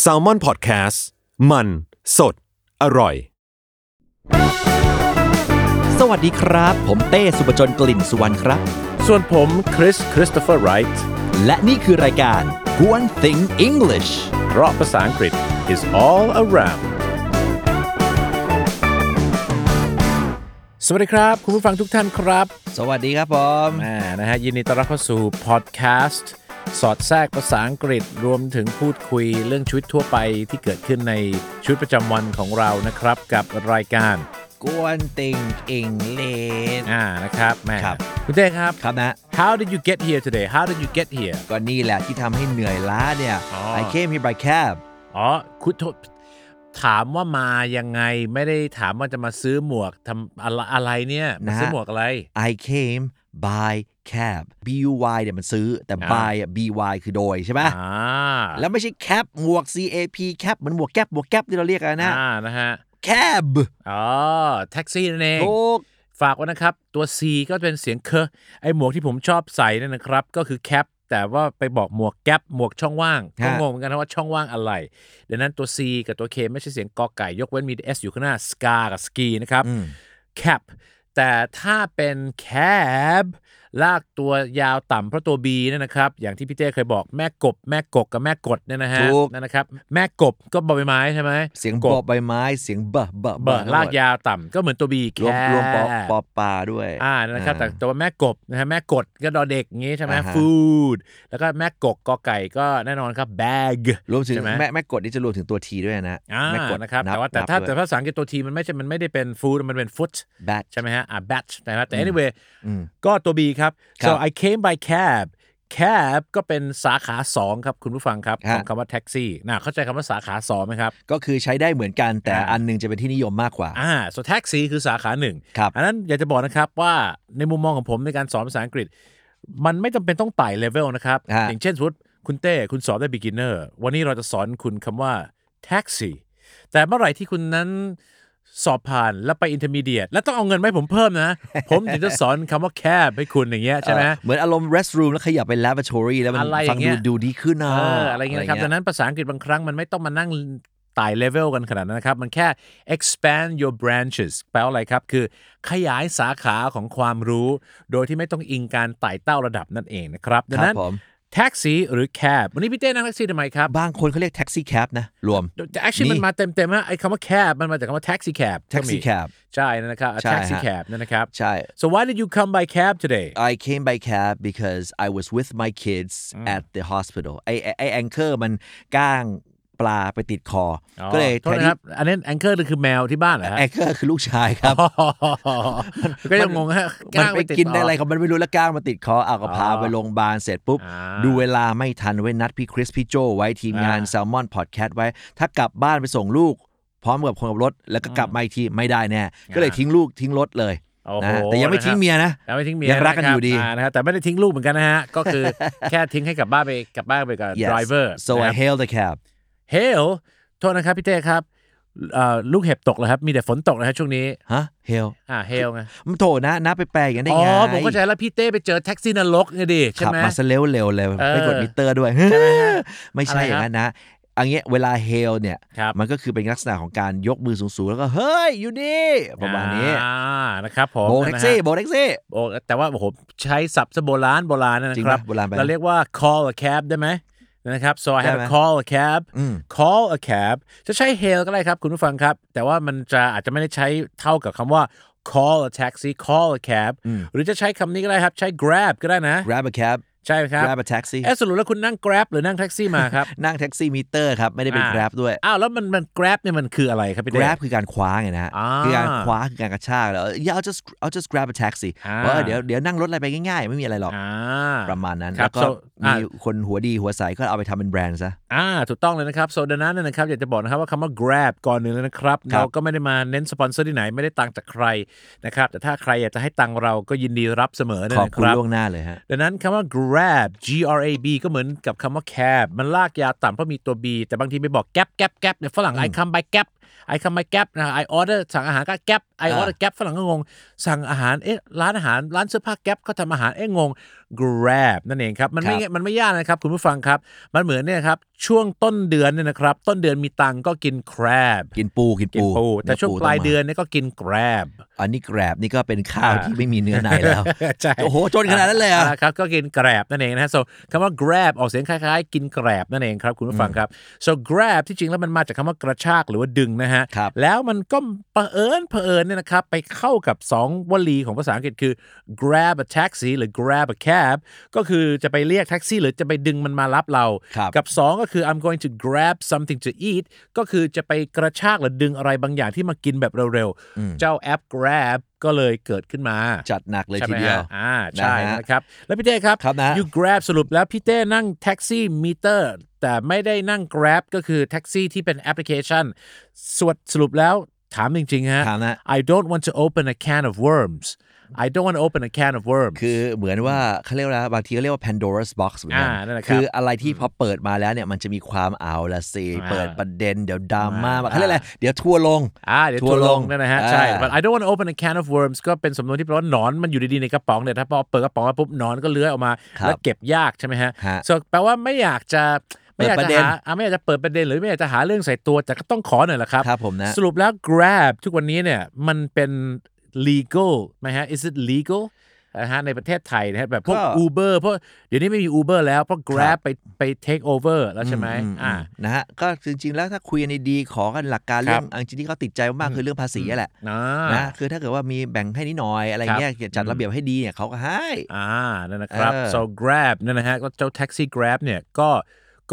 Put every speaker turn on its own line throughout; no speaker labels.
แซลมอนพอดแคสต์มันสดอร่อย
สวัสดีครับ ผมเต้สุปจนกลิ่นสุวรรณครับ
ส่วนผม คริส คริสโตเฟอร์ไรท์
และนี่คือรายการ g o n Thing English
เพราะภาษาอังกฤษ is all around สวัสดีครับ คุณผู้ฟังทุกท่านครับ
สวัสดีครับผม
อ่านะฮะยินดีต้อนรับเข้าสู่พอดแคสต์สอดแทรกภาษาอังกฤษรวมถึงพูดคุยเรื่องชีวิตทั่วไปที่เกิดขึ้นในชีวิตประจำวันของเรานะครับ กับรายการ
g o n Thing English
อ่านะครับแม่
ครับ
คุณเต้ครับ
ครับนะ
How did you get here today How did you get here
ก็นี่แหละที่ทำให้เหนื่อยล้าเนี่ย
อ๋อ
I came here by cab
อ๋อคุณโทษถามว่ามายังไงไม่ได้ถามว่าจะมาซื้อหมวกทำอะไรอะไรเนี่ยมา
นะฮะ
ซื้อหมวกอะไร
I came by cab B U Y เนี่ยมันซื้อแต่
อ่า
by อะ B Y คือโดยใช่ไหม
อ่า
แล้วไม่ใช่ cap หมวก C A P cap เหมันหมวกแก๊ปหมวกแก๊ปที่เราเรียกกันนะ
อ่านะฮะ
cab
อ๋อแท็กซี่นั่นเอง
ถูก
ฝากไว้นะครับ ตัว C ก็เป็นเสียงเคอะไอหมวกที่ผมชอบใส่นั่นนะครับ ก็คือแคปแต่ว่าไปบอกหมวกแก๊ปหมวกช่องว่างก็
ฮะ
งงเหมือนกันนะว่าช่องว่างอะไรดังนั้นตัว C กับตัว K ไม่ใช่เสียงกอไก่ ยกเว้นมี S อยู่ข้างหน้า scar กับ ski นะครับ
อืม
cap แต่ถ้าเป็น cab ลากตัวยาวต่ำเพราะตัว B เนี่ยนะครับ อย่างที่พี่เต้เคยบอกแม่กบ แม่กกกับแม่กดเนี่ยนะฮะ
ถูก
นั่นนะครับ แม่กบก็บอใบไม้ใช่ไหม
เสียง
ก
บอใบไม้เสียงบะบะ
เบอร์ลากยาวต่ำก็เหมือนตัว B
รวมรวมปอ
cab
ปอปลาด้วย
อ่านะครับแต่แต่ว่าแม่กบนะฮะแม่กดก็ดอเด็กงี้ใช่ไหม
อ่าฮะ
food แล้วก็แม่กกกอไก่ก็แน่นอนครับ bag
รวมถึง
ใช่ไหม
แม่แม่กดนี่จะรวมถึงตัวทีด้วยนะ
อ่า
แม่กด
นะครับแต่ว่าแต่ถ้าแต่ภาษาอังกฤษตัวทีมันไม่ใช่มันไม่ได้เป็น food มันเป็น foot
แบท
ใช่ไหมฮะอ่า batch นะครับแต่ anyway
อืม
ก็ตัว B ครับ
ครับ
so I came by cab cab ก็เป็นสาขา 2 ครับคุณผู้ฟังครับ ข
ฮะ
องคำว่าแท็กซี่นะเข้าใจคำว่าสาขา 2ไหมครับ
ก็คือใช้ได้เหมือนกันแต่
อ่า
อันหนึงจะเป็นที่นิยมมากกว่า
อ่า so taxi คือสาขาหนึ่ง
ครับ
อันนั้นอยากจะบอกนะครับว่าในมุมมองของผมในการสอนภาษาอังกฤษ มันไม่จำเป็นต้องไต่เลเวลนะครับ
ฮะ
อย่างเช่นสมมติคุณเต้คุณสอนได้ beginner วันนี้เราจะสอนคุณคำว่า taxi แต่เมื่อไหร่ที่คุณนั้นสอบผ่านแล้วไป intermediate แล้วต้องเอาเงินมาให้ผมเพิ่มนะ ผมถึงจะสอนคำว่า cab ให้คุณอย่างเงี้ยใช่ไหม
เออเหมือนอารมณ์ restroom แล้วขยับไป lavatory แล้วมัน
อะไรอ
ฟั
ย่าง งเงี้
ดู
ย
ดูดีขึ้นนะ
เอออะไรเงี้ยนะครับ ดังนั้นภาษาอังกฤษบางครั้งมันไม่ต้องมานั่งไต่เลเวลกันขนาดนั้นนะครับ มันแค่ expand your branches แปลว่าอะไรครับ คือขยายสาขาของความรู้ โดยที่ไม่ต้องอิงการไต่เต้าระดับนั่นเองนะครับ ดัง
ครั
นั้
บ
น
ผม
แท็กซี่หรือแคบวันนี้พี่เต้นั่งแท็กซี่ทำไมครับ
บางคนเขาเรียก taxi cab นะ รวม
แต่ actually
นี่
มันมาเต็มๆนะไอ้คำว่าแคบมันมาจากคำว่า taxi cab ก็มี
taxi cab
ใช่นะครับ
ใช่ฮะ
taxi cab นะครับ
ใช่
so why did you come by cab today
I came by cab because I was with my kids at the hospital ไอไอ้ไอแองเกอร์มันก้างปลาไปติดคออก็เลย
อ๋อโทษนะครับอันนั้น anchor คือแมวที่บ้านเหรอฮะ
แองเกอร์คือลูกชายครับ
ก็ยังงงฮะ
มัน
ล้าง
ไป
ติด
กินได้อะไร
ต่
เขามันไม่รู้แล้วก้างมาติดคอเอาก็พา
อ๋อ
ไปโรงพยาบาลเสร็จปุ๊บ
อ่า
ดูเวลาไม่ทันไว้นัดพี่คริสพี่โจไว้ทีมงาน
อ่า
แซลมอนพอดแคสต์ไว้ ถ้ากลับบ้านไปส่งลูก พร้อมกับคนขับรถ แล้วก็กลับมาอีกทีไม่ได้แน่ ก็เลยทิ้งลูกทิ้งรถเลย
โอ้โห
นะแต่ยังไม่
นะครับ
ทิ้งเมียนะ
ยังไม่ทิ้งเมีย
ยังรักกั
ค
นะ
บ
อยู่ดี
านะครับแต่ไม่ได้ทิ้งลูกเหมือนกันนะฮะ ก็ คือ แค่ทิ้งให้กลับบ้านไปกลับบ้านไปกับ
Yes.
driver
so
นะค
I
รับ
hail the cab
hail โทษนะครับพี่เต้ครับเอ่อลูกเห็บตกแล้วครับ มีแต่ฝนตกนะฮะช่วงนี้
ฮะ hail
อ่า hail ไง
มันโถนะนะไปแปลอย่างนั้นได้
อ๋อ
ไง
ผมเข้าใจแล้วพี่เต้ไปเจอแท็กซี่นรกไง ดิใช่
ขับ
ไหม
มาซะเร็วเร็วๆเลย
เออ
ไม่กดมิเตอร์ด้วย
ใช่ไหม ฮะ
ไม่ใช่อย่างนั้นนะอันเงี้ยเวลา hail เนี่ย
ครับ
มันก็คือเป็นลักษณะของการยกมือสูงๆ แล้วก็เฮ้ย อยู่นี่ ประมาณนี้
อ่านะครับผม
โบกแท็กซี่
นะฮะ
โบกแท็กซี่
โอ้แต่ว่าโอ้โหใช้ศัพท์ซะโบราณโบราณนะ
จริง
ครับ
ปะโบราณไป
เราเรียกว่า call a cab ได้ไหมนะครับ so I
ได้
had
ไหม
to call a cab
อืม
call a cab จะใช้ hail ก็ได้ครับ คุณผู้ฟังครับ แต่ว่ามันจะอาจจะไม่ได้ใช้เท่ากับคำว่า call a taxi call a cab
อืม
หรือจะใช้คำนี้ก็ได้ครับ ใช้ grab ก็ได้นะ
grab a cab
ใช่ครับ
grab a taxi
เอ๊ะสรุปแล้วคุณนั่ง Grab หรือนั่งแท็กซี่มาครับ
นั่งแท็กซี่มิเตอร์ครับ ไม่ได้เป็น
อ่า
grab ด้วย
อ้าวแล้วมันมัน Grab เนี่ยมันคืออะไรครับพี่เดช
grab คือการคว้าไงนะฮะ
อ่า
คือการคว้าคือการกระชากแล้ว yeah I'll just I'll just grab a taxi
อ่า
ว่าเดี๋ยวเดี๋ยวนั่งรถอะไรไปง่ายๆ ไม่มีอะไรหรอก
อ่า
ประมาณนั้น
ครั
แล้ว
บ
ก็
so
มี
อ่า
คนหัวดีหัวใสก็เอาไปทำเป็นแบรนด์ซะ
อ่าถูกต้องเลยนะครับโซดังนั้นเนยนะครับอยากจะบอกนะครับว่าคำว่า grab ก่อนหนึ่งเลยนะครับ เราก็ไม่ได้มาเน้นสปอนเซอร์ที่ไหนไม่ได้ตังค์จากใครนะครับแต่ถ้าใครอยากจะให้ตังค์เราก็ยินดีรับเสมอเลย
ขอบ
นะ
คุ
ค
ณ
รับ
ล่วงหน้าเลยฮะ
ดังนั้นคำว่า grab G R A B ก็เหมือนกับคำว่า cab มันลากยาวต่ำเพราะมีตัว B แต่บางทีไปบอก gap gap gap เนี่ยฝรั่ง I come by gap I come by gap นะ I order สั่งอาหารก็ gap I
อ่า
order gap ฝรั่งก็งง สั่งอาหารเอ๊ะร้านอาหารร้านเสื้อผ้า gap ก็ทำอาหารเอ๊ะงง grab นั่นเองครับมันไม่
ครับ
มันไม่ยากนะครับ คุณผู้ฟังครับ มันเหมือนเนี่ยครับ ช่วงต้นเดือนเนี่ยนะครับ ต้นเดือนมีตังค์ก็กิน crab
กินปูกิน
กิน
ปู
ปู แต่ช่วงปลาย
ต้ม
เดือนเนี่ยก็กิน grab
อันนี้ grab นี่ก็เป็นข้าว
อ่า
ที่ไม่มีเนื้อในแล้ว
ใช่
โอ้โหจนขนาดนั้นเลยเหรอ
าครับก็กิน grab นั่นเองนะฮะ so คำว่า grab ออกเสียงคล้ายๆ กิน grab นั่นเองครับคุณผู้ฟังครับ so grab ที่จริงแล้วมันมาจากคำว่ากระชากหรือว่าดึงนะฮะ
ครับ
แล้วมันก็เผอิญเผอิญเนี่ยนะครับ ไปเข้ากับ 2 วลีของภาษาอังกฤษคือ grab a taxi หรือ grab a cab ก็คือจะไปเรียกแท็กซี่ หรือจะไปดึงมันมารับเรา
ครับ
กับ 2 ก็คือ I'm going to grab something to eat ก็คือจะไปกระชากหรือดึงอะไรบางอย่างที่มากินแบบเร็วๆ เจ้าแอป grab ก็เลยเกิดขึ้นมา
จัดหนักเลย
ใช่
ที
ไหม
เดียว
ฮะอ่าใช่
นะฮะ
นะครับ แล้วพี่เต้ครับ
ครับนะ
you grab สรุปแล้วพี่เต้นั่งแท็กซี่มิเตอร์ แต่ไม่ได้นั่ง grab ก็คือแท็กซี่ที่เป็นแอปพลิเคชันสวดสรุปแล้วถามจริง ๆ ฮะ
ถามนะ
I don't want to open a can of worms I don't want to open a can of worms
คือเหมือนว่าเขาเรียกว่าอะไรบางทีเขาเรียกว่า Pandora's box เหมือนกั
อ่านั่นแหละครับ
คืออะไรที่พอเปิดมาแล้วเนี่ยมันจะมีความเอาละสิ
อ่า
เปิดประเด็นเดี๋ยวดราม่า
อ่า
เขาเรียกอะไรเดี๋ยวทัวร์ลง
อ่าเดี๋ยวทัวร์ลงนั่นนะฮะ
อ่า
ใช่ but I don't want to open a can of worms ก็เป็นสำนวนที่แปลว่าหนอนมันอยู่ดี ๆ ในกระป๋องเนี่ยถ้าพอเปิดกระป๋องมาปุ๊บหนอนก็เลื้อยออกมา
ครับ
แล้วเก็บยากใช่ไหมฮะ
ฮะ
so แปลว่าไม่อยากจะไม่อยาก
เปิด
จะ
ประเด็น
หาอ่ะไม่อยากจะเปิดประเด็นหรือไม่อยากจะหาเรื่องใส่ตัวแต่ก็ต้องขอหน่อยละครับ
ครับผมนะ
สรุปแล้ว Grab ทุกวันนี้เนี่ยมันเป็น legal ไหมฮะ is it legal นะฮะในประเทศไทยนะฮะแบบพวก
ก็
Uber เพราะเดี๋ยวนี้ไม่มี Uber แล้วเพราะ Grab ไปไป take over แล้วใช่ไหม
อือื
อ่า
นะฮะก็จริงๆแล้วถ้าคุยกันดีๆขอกันหลักการ
ครั
เรื่อบ งอันจริงที่เขาติดใจมากๆคือเรื่องภาษีแหละ
อ่า
นะคือถ้าเกิดว่ามีแบ่งให้นิดหน่อยอะไรเงี้ยจัดระเบียบให้ดีเนี่ยเขาก็ให้
อ่านั่นนะครับ
เออ
so grab นั่นนะฮะก็เจ้าแท็กซี่ grab เนี่ยก็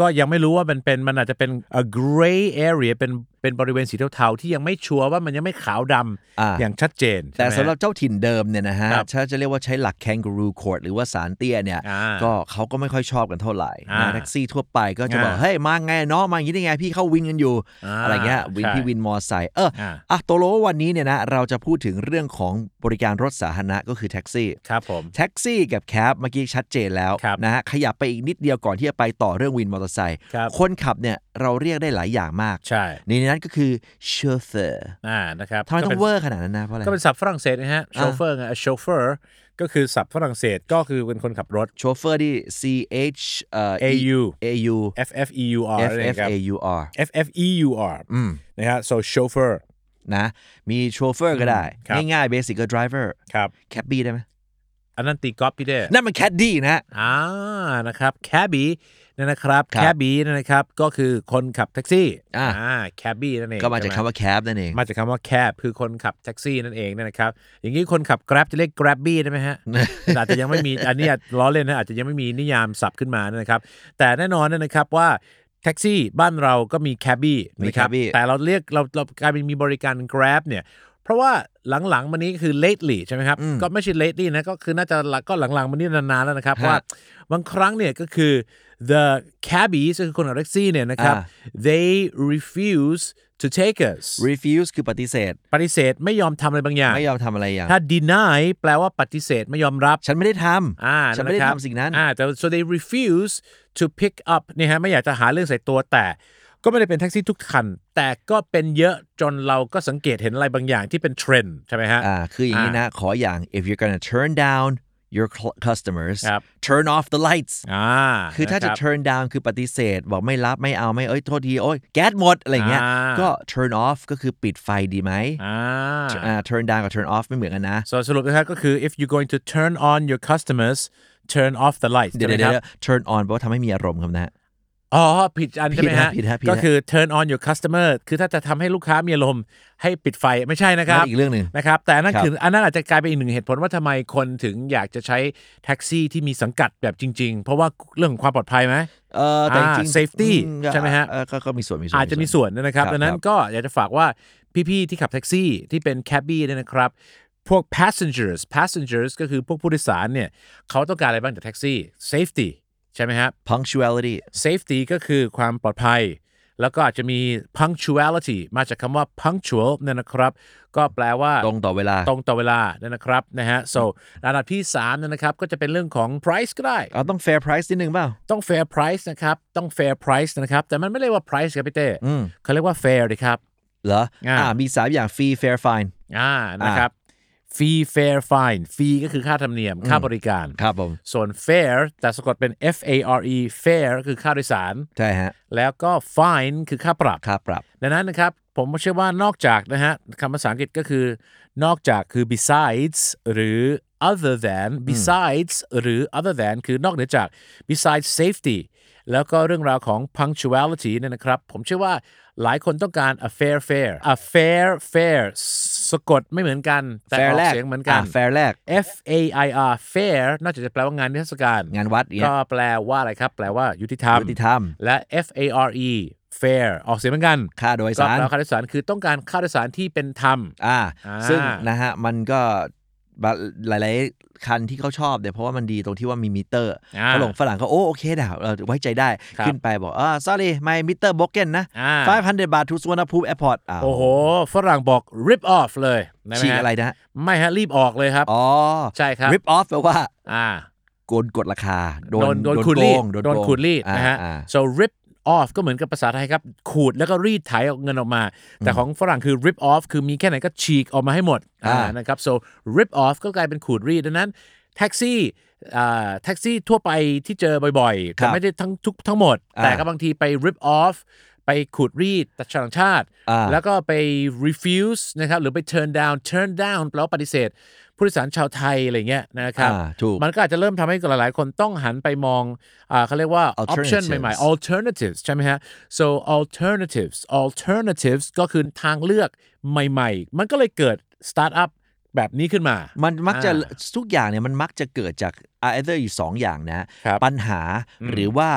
ก็ยังไม่รู้ว่ามันเป็นมันอาจจะเป็น a gray area เป็นเป็นบริเวณสีเทาๆ ที่ยังไม่ชัวร์ว่ามันยังไม่ขาวดำ
อ่า
อย่างชัดเจนใช่
แต่
ไมฮะ
สำหรับเจ้าถิ่นเดิมเนี่ยนะฮะ
ครับ
ถ้าจะเรียกว่าใช้หลัก kangaroo court หรือว่าสารเตี้ยเนี่ย
อ่า
ก็เขาก็ไม่ค่อยชอบกันเท่าไหร่
อ่า
นะแท็กซี่ทั่วไปก็จะบอก
อ่า
เฮ้ย มาไงน้องมาอย่างนี้ได้ไง พี่เข้าวินกันอยู่
อ่า
อะไรเงี้ยวิน
ใช่
พี่วินมอไซค์เอออา อ่ะตกลงว่าวันนี้เนี่ยนะเราจะพูดถึงเรื่องของบริการรถสาธารณะก็คือแท็กซี่
ครับผม
แท็กซี่กับแคปเมื่อกี้ชัดเจนแล้ว
ครับ
นะฮะขยับไปอีกนิดเดียวก่อนที่จะไปต่อเรื่องวินมอเตอร์ไซค์
ครับ
คนขับเนี่ยเราเรียกได้หลายอย่างมาก
ใช่
ในนั้นก็คือเชเฟอร์
อ่านะครับ
ทำไม
ก็
ต้อ
ป็
ง
น
เวอร์ขนาดนั้นนะเพราะอะไร
ก็เป็นศัพท์ฝรั่งเศสนะฮะโชเฟอร์ไงโชเฟอร์ก็คือศัพท์ฝรั่งเศสก็คือเป็นคนขับรถ
โชเฟอร์ที่ C H
AU
A U
F F E U R
F
นั่นเอง
F
ครับ
A U R
F F E U R
อืม
นะฮะ so chauffeur
นะมีโชเฟอร์ก็ได้
ครับ
ง่ายๆเบสิกก็ driver
ครับ
แคบบี้ได้ไหม
อันนั้นตีกอล์ฟพี่เด้
นั่นมันแคดดี้นะ
อ่านะครับแคบบี้เนี่ยนะครับ
ครับ
แคบบี้เนี่ยนะครับก็คือคนขับแท็กซี่
อ่า
แคบบี้นั่นเอง
ก็มาจาก
ใช่ไห
คำว่าแคบนั่นเอง
มาจากคำว่าแคบคือคนขับแท็กซี่นั่นเองนะครับ อย่างนี้คนขับ Grab จะเรียก Grabby ได้ไหมฮ ะ อาจจะยังไม่มีอันนี้อาจล้อเล่นนะอาจจะยังไม่มีนิยามศัพท์ขึ้นมานะครับ แต่แน่นอนนะครับว่าแท็กซี่บ้านเราก็มีแคบบี้นะครับแต่เราเรียกเราเรากลายเป็นมีบริการ Grab เนี่ย เพราะว่าหลังๆมานี้คือ lately ใช่ไหมครับ ก็ไม่ใช่ lately นะก็คือน่าจะหลังก็หลังๆมานี้นานๆแล้วนะครับว่าบางครั้งเนี่ยก็คือ the cabbies ก็คือคนขับแท็กซี่เนี่ยนะครับ they refuse to take us
refuse คือปฏิเสธ
ปฏิเสธไม่ยอมทำอะไรบางอย่าง
ไม่ยอมทำอะไรอย่าง
ถ้า deny แปลว่าปฏิเสธไม่ยอมรับ
ฉันไม่ได้ท
อ่า
ำฉันไม่ได้
ะครับ
ทำสิ่งนั้น
อ่าแต่ so they refuse to pick up เนี่ยฮะไม่อยากจะหาเรื่องใส่ตัวแต่ ก็ไม่ได้เป็นแท็กซี่ทุกคัน แต่ก็เป็นเยอะจนเราก็สังเกตเห็นอะไรบางอย่างที่เป็นเทรนด์ใช่ไหมฮะ
อ่าคืออย่างนี้นะ ขออย่าง if you're gonna turn down your cl- customers
ครับ
turn off the lights
อ่า
คือถ้าจะ
นรับ
turn down คือปฏิเสธ บอกไม่รับไม่เอาไม่เอ้ยโทษที โอ้ยแก๊สหมด อะไรเงี้ย
อ่า
ก็ turn off ก็คือปิดไฟดีไหม
อ่า
อ่า turn down กับ turn off ไม่เหมือนกันนะ
so สรุปนะครับก็คือ if you're going to turn on your customers turn off the lights
เดี๋ยว
ใช่
เดี๋
ไหมครับ
ยว turn on แปลว่าทำให้มีอารมณ์ครับนะ
อ๋อ ผิดอันใช่ไหมฮะ
ผิดฮะผิดฮะ
ก็คือ turn on your customer คือถ้าจะทำให้ลูกค้ามีอารมณ์ให้ปิดไฟไม่ใช่นะครับ
นั่นอีกเรื่องหนึ่ง
นะครับแต่อันนั่น
ครับ
คืออันนั้นอาจจะกลายเป็นอีกหนึ่งเหตุผลว่าทำไมคนถึงอยากจะใช้แท็กซี่ที่มีสังกัดแบบจริง ๆ เพราะว่าเรื่องของความปลอดภัยไหม
เออแต่จริง
อ่า
ๆ
safety
อื
ใช่ไหมฮะ
เออก็ก็มีส่วนมีส่วน
อาจจะมีส่วนนะครับ
ครับ
ดังนั้
คน รับ
ก็อยากจะฝากว่าพี่ๆที่ขับแท็กซี่ที่เป็นแคบบี้เนี่ยนะครับ พวก passengers passengers ก็คือพวกผู้โดยสารเนี่ยเขาต้องการอะไรบ้างจากแท็กซี่ safety ใช่ไหมครับ
punctuality
safety ก็คือความปลอดภัย แล้วก็อาจจะมี punctuality มาจากคำว่า punctual เนี่ยนะครับ ก็แปลว่า
ตรงต่อเวลา
ตรงต่อเวลาเนี่ยนะครับนะฮะ so ระดับที่3เนี่ยนะครับ ก็จะเป็นเรื่องของ price ก็ได้
เอาต้อง fair price นิดนึงเปล่า
ต้อง fair price นะครับ ต้อง fair price นะครับ แต่มันไม่เรียกว่า price ครับพี่เต้
อืม
เขาเรียกว่า fair ดีครับ
เหรอ
อ่า
อ่ามี 3 อย่าง fee fair fine
อ่านะครับ fee fair fine fee ก็คือค่าธรรมเนียมค่าบริการ
ครับผม
ส่วน fair แต่สะกดเป็น f a r e fair ก็คือค่าโดยสาร
ใช่ฮะ
แล้วก็ fine คือค่าปรับ
ค่าปรับ
ดังนั้นนะครับ ผมเชื่อว่านอกจากนะฮะคำภาษาอังกฤษก็คือ นอกจากคือ besides หรือ other than besides หรือ other than คือนอกเหนือจาก besides safety แล้วก็เรื่องราวของ punctuality เนี่ยนะครับ ผมเชื่อว่าหลายคนต้องการ a fair fair a fair fair สะกดไม่เหมือนกัน แต่อ
fair
อก
แรก
เสียงเหมือนกัน
า fair แรก
F A I R fair นอกจากจะแปลว่างานนิทรรศการ
งานวัดเนี่ย
ก็แปลว่าอะไรครับ แปลว่ายุติธรรม
ยุติธรรม
และ F A R E fair ออกเสียงเหมือนกัน
ค่าโดยสา
ก็
ร
แปลว่ค่าโดยสารคือต้องการค่าโดยสารที่เป็นธรรม
อ่า
อ่า
ซึ่งนะฮะ มันก็บะหลาย ๆ คันที่เขาชอบเนี่ยเพราะว่ามันดีตรงที่ว่ามีมิเตอร์
อ่า
ฝรั่งฝรั่งเขาโอ้โอเคดาวเราไว้ใจได้
ครับ
ขึ้นไปบอกอ่า sorry my meter broken นะ
อ่า
500 บาททุสวนภูมิแอร์พอร์ต
โอ้โห ฝรั่งบอก rip off เลยด้หมฮ
ฉีกอะไรนะ
ไม่ฮะ รีบออกเลยครับ
อ๋อ
ใช่ครับ
rip off แปลว่า
อ่า
โกนกดราคา โดน
โดนขูดรีด
โกง
โดน
โกง
ขูดรีดนะฮะ
อ่าอ่า
so rip off ก็เหมือนกับภาษาไทยครับ ขูดแล้วก็รีดไถเอาเงินออกมา แต่ของฝรั่งคือ rip off คือมีแค่ไหนก็ฉีกออกมาให้หมด
อ่า
อ่านะครับ so rip off ก็กลายเป็นขูดรีดดังนั้นแท็กซี่อ่าแท็กซี่ทั่วไปที่เจอบ่อยๆ
ครั
แต่
บ
ไม่ได้ทั้งทุกทั้งหมด
อ่า
แต่ก็บางทีไป rip off ไปขูดรีดต่างชาติ
อ่า
แล้วก็ไป refuse นะครับหรือไป turn down turn down แปลว่าปฏิเสธ ผู้โดยสารชาวไทยอะไรเงี้ยนะครับ
อ่าถูก
มันก็อาจจะเริ่มทำให้หลายๆ คนต้องหันไปมองอ่าเขาเรียกว่า option
Alternatives
ใหม่ๆ alternatives ใช่ไหมฮะ so alternatives alternatives ก็คือทางเลือกใหม่ๆ มันก็เลยเกิด startup แบบนี้ขึ้นมา
มันมักจะ
อ่า
ทุกอย่างเนี่ยมันมักจะเกิดจาก either อยู่สองอย่างนะ
ครับ
ปัญหา
อืม
หรือว่า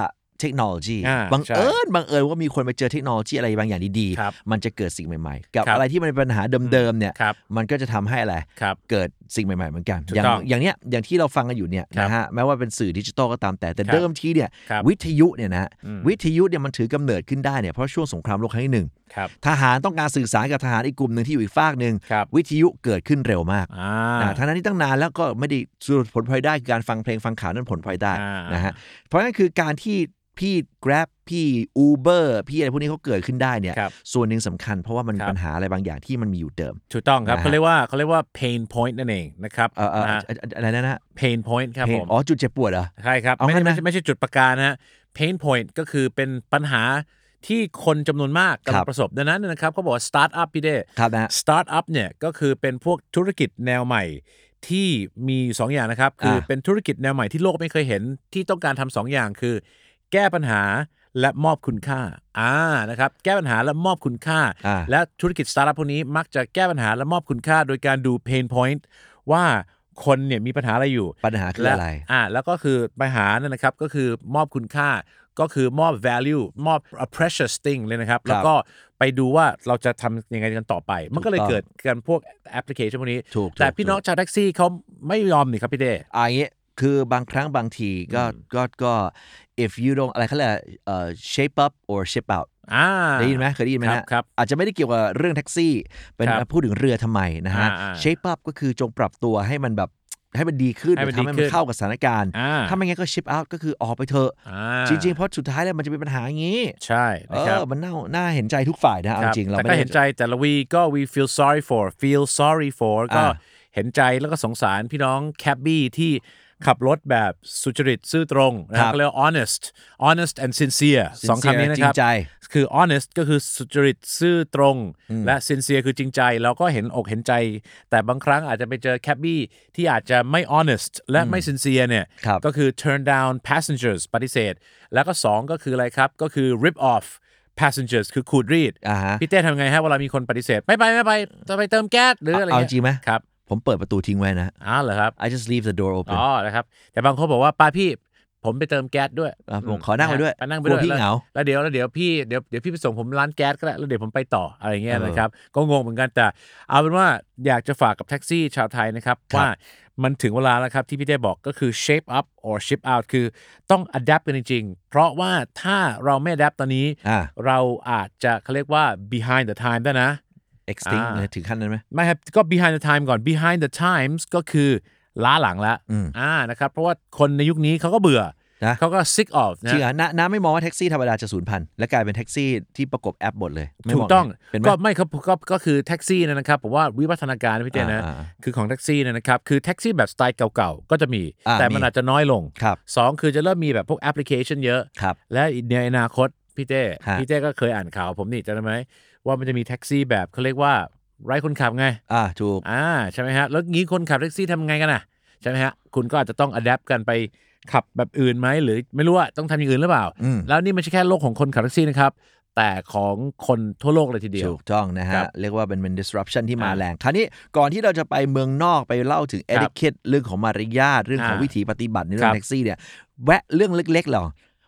เทคโนโลยี
อ่า
บัง
ใช่
เอิญบังเอิญว่ามีคนไปเจอเทคโนโลยีอะไรบางอย่างดี
ครับ
ๆ มันจะเกิดสิ่งใหม่ๆ กับ
ครับ
อะไรที่มันเป็นปัญหาเดิมๆเนี่ย
ครับ
มันก็จะทำให้อะไร
ครับ
เกิดสิ่งใหม่ๆเหมือนกัน
ถูก
อย่าง
ต้อง
อย่างเนี้ยอย่างที่เราฟังกันอยู่เนี่ย
ครับ
นะฮะแม้ว่าเป็นสื่อดิจิตอลก็ตามแต่แต่
ครับ
เดิมทีเนี่ย
ครับ
วิทยุเนี่ยนะฮะ
อืม
วิทยุเนี่ยมันถือกำเนิดขึ้นได้เนี่ยเพราะช่วงสงครามโลกครั้งที่หนึ่ง
ครับ
ทหารต้องการสื่อสารกับทหารอีกกลุ่มหนึ่งที่อยู่อีกฝากหนึ่ง
ครับ
วิทยุเกิดขึ้นเร็วมาก
อ่า
อ่าทั้งนั้นที่ตั้งนานแล้วก็ไม่ได้สูผลพลอยได้คือการฟังเพลงฟังข่าวนั่นผลพลอยได้
อ่าน
นะฮะเพราะงั้นคือการที่พี่ Grab พี่ Uber พี่อะไรพวกนี้เขาเกิดขึ้นได้เนี่ย
ครับ
ส่วนหนึ่งสำคัญเพราะว่ามัน
ค
มี
รับ
ปัญหาอะไรบางอย่างที่มันมีอยู่เดิม
ถูกต้องครับ
นะฮะ
เขาเรียกว่าเขาเรียกว่า pain point นั่นเองนะครับ
เอ่อเอ่อ
นะฮะ
อะอะอะไรนะนะ
pain point ครับ
เพล
ผ
ง
ม
อ๋อจุดเจ็บปวดเหรอ
ใช่ครับ
เอา
ไม่ได้
งั้น
ไม่
นะ
ใช่ไม่ใช่จุดประการนะฮะ pain point ก็คือเป็นปัญหาที่คนจำนวนมากกำ
ค
ลั
รั
ง
บ
ประสบดังนั้นนะครับเขาบอกว่า start up พี่เด้
ครับนะฮะ
สตาร์ทอัพเนี่ยก็คือเป็นพวกธุรกิจแนวใหม่ที่มี 2 อย่างนะครับ คือ
อ่า
เป็นธุรกิจแนวใหม่ที่โลกไม่เคยเห็นที่ต้องการทำสอ2อย่างคือ แก้ปัญหาและมอบคุณค่าอ่านะครับแก้ปัญหาและมอบคุณค่า
อ่า
และธุรกิจสตาร์ทอัพพวกนี้มักจะแก้ปัญหาและมอบคุณค่า โดยการดูเพนพอยต์ว่าคนเนี่ยมีปัญหาอะไรอยู่
ปัญหาคืออะไร
และอ่า แล้วก็คือปัญหานั่นนะครับ ก็คือมอบคุณค่า ก็คือมอบ value มอบ a precious thing เลยนะครับ แล้วก็ไปดูว่าเราจะทำยังไงกันต่อไป มันก็เลย
ถูกต้อง
เกิดกันพวกแอปพลิเคชันพวกนี้
ถูก
แต่
ถูก
พี่น้อง
ถูก
ชาวแท็กซี่เขาไม่ยอมนี่ครับพี่เด้
อ่าอย่างเงี้ยคือบางครั้งบางทีก็ก็ก็ if you don't อะไรเขาเรียกอะไรเอ่อ shape up or ship out
อ่า
ได้ยินไหมเคยได้ยินไหม
ครับ
ฮะ
ครับ
อาจจะไม่ได้เกี่ยวกับเรื่องแท็กซี่ เป็น
ครับ
พูดถึงเรือทำไมนะฮะ
อ่าอ่า
shape up ก็คือจงปรับตัวให้มันแบบให้มันดีขึ้น
ให้มัน
รือทำให้
ดี
มั
ขึ้
น
น
เข้ากับสถานการณ์
อ่า
ถ้าไม่งั้นก็ ship out ก็คือออกไปเถอะ
อ่า
จริงๆ เพราะสุดท้ายแล้วมันจะเป็นปัญหาอย่างนี้
ใช่
เอ
นะครับ
อมันน่าน่าเห็นใจทุกฝ่ายนะเอาจริงๆเรา
แต่ก็
ไม่ได้
เห็นใจแต่ละวีก็ we feel sorry for feel sorry for ก็
อ่า
เห็นใจแล้วก็สงสารพี่น้องแคบบี้ที่ ขับรถแบบสุจริตซื่อตรงนะค
ครั
รับบ เขาเรียกว่า honest honest and sincere สองคำนี้นะครับ
จริงใจ
คือ honest ก็คือสุจริตซื่อตรง
อืม
และ sincere คือจริงใจ เราก็เห็นอกเห็นใจ แต่บางครั้งอาจจะไปเจอแคบบี้ที่อาจจะไม่ honest และไม่ sincere เนี่ย
ครับ
ก็คือ turn down passengers ปฏิเสธ แล้วก็ 2 ก็คืออะไรครับ ก็คือ rip off passengers คือขูดรีด
อ่าฮะ
พี่เต้ทำไงฮะเวลามีคนปฏิเสธ ไม่ไปไม่ไปจะไปเติมแก๊สหรืออะไร
เอา
เงี้ย
จริงไหม
ครับ
ผมเปิดประตูทิ้งไว้นะ
อ้าวเหรอครับ
I just leave the door open
อ๋อนะครับ แต่บางคนบอกว่าป้าพี่ ผมไปเติมแก๊สด้วย
อ่ะผมขอนั่งไปด้วย
ะฮะนั่งไป
กลั
ด้
ว
วย
พี่เหงา
แล้วแล้วเดี๋ยวแล้วเดี๋ยวพี่เดี๋ยวเดี๋ยวพี่ไปส่งผมร้านแก๊สก็ได้แล้วเดี๋ยวผมไปต่ออะไรเงี้ย
เออ
นะครับ ก็งงเหมือนกันแต่เอาเป็นว่าอยากจะฝากกับแท็กซี่ชาวไทยนะครับ
ครับ
ว่ามันถึงเวลาแล้วครับที่พี่ได้บอกก็คือ shape up or ship out คือต้อง adapt กันจริงๆ เพราะว่าถ้าเราไม่ adapt ตอนนี้
อ่า
เราอาจจะเขาเรียกว่า behind the time ได้นะ
extinct
อ่า
เลยถึงขั้นนั้นไหม
ไม่ครับก็ behind the time ก่อน behind the times ก็คือล้าหลังละ
อืม
อ่านะครับเพราะว่าคนในยุคนี้เขาก็เบื่อ
นะ
เขาก็ sick of นะ
จริงเหรอน้าน้าไม่มองว่าแท็กซี่ธรรมดาจะสูญพันธุ์และกลายเป็นแท็กซี่ที่ประกบแอปหมดเลยไม่
ถู
ม
กต้อง
นะเป็นไหม
ก็ไม่ครับก็ก็คือแท็กซี่เนยนะครับผมว่าวิวัฒนาการนะพี่เจนะ
อ่าอ่า
คือของแท็กซี่เนยนะครับคือแท็กซี่แบบสไตล์เก่าๆ ก็จะมี
อ่า
แต่มัน
มี
อาจจะน้อยลง
ครับ
สองคือจะเริ่มมีแบบพวกแอปพลิเคชันเยอะ
ครับ
และในอนาคตพี่เต้
ฮะ
พี่เต้ก็เคยอ่านข่าวผมนี่จำได้ไหมว่ามันจะมีแท็กซี่แบบเขาเรียกว่าไร้คนขับไง
อ่าถูก
อ่าใช่ไหมฮะแล้วงี้คนขับแท็กซี่ทำไงกันอ่ะใช่ไหมฮะคุณก็อาจจะต้องอัดแอปกันไปขับแบบอื่นไหมหรือไม่รู้ว่าต้องทำอย่างอื่นหรือเปล่า
อืม
แล้วนี่ไม่ใช่แค่โลกของคนขับแท็กซี่นะครับ แต่ของคนทั่วโลกเลยทีเดียว
ถูกต้องนะ
ครั
ฮะ
บ
เรียกว่าเป็นเป็น disruption ที่มา
อ่า
แรง คราวนี้ก่อนที่เราจะไปเมืองนอกไปเล่าถึง
ครับ
etiquette เรื่องของมารยาทเรื่องของ
อ่า
วิถีปฏิบัติใน
ค
เรื่
รั
อบ งแท็กซี่เนี่ยแวะเรื่องเล็กๆหรอ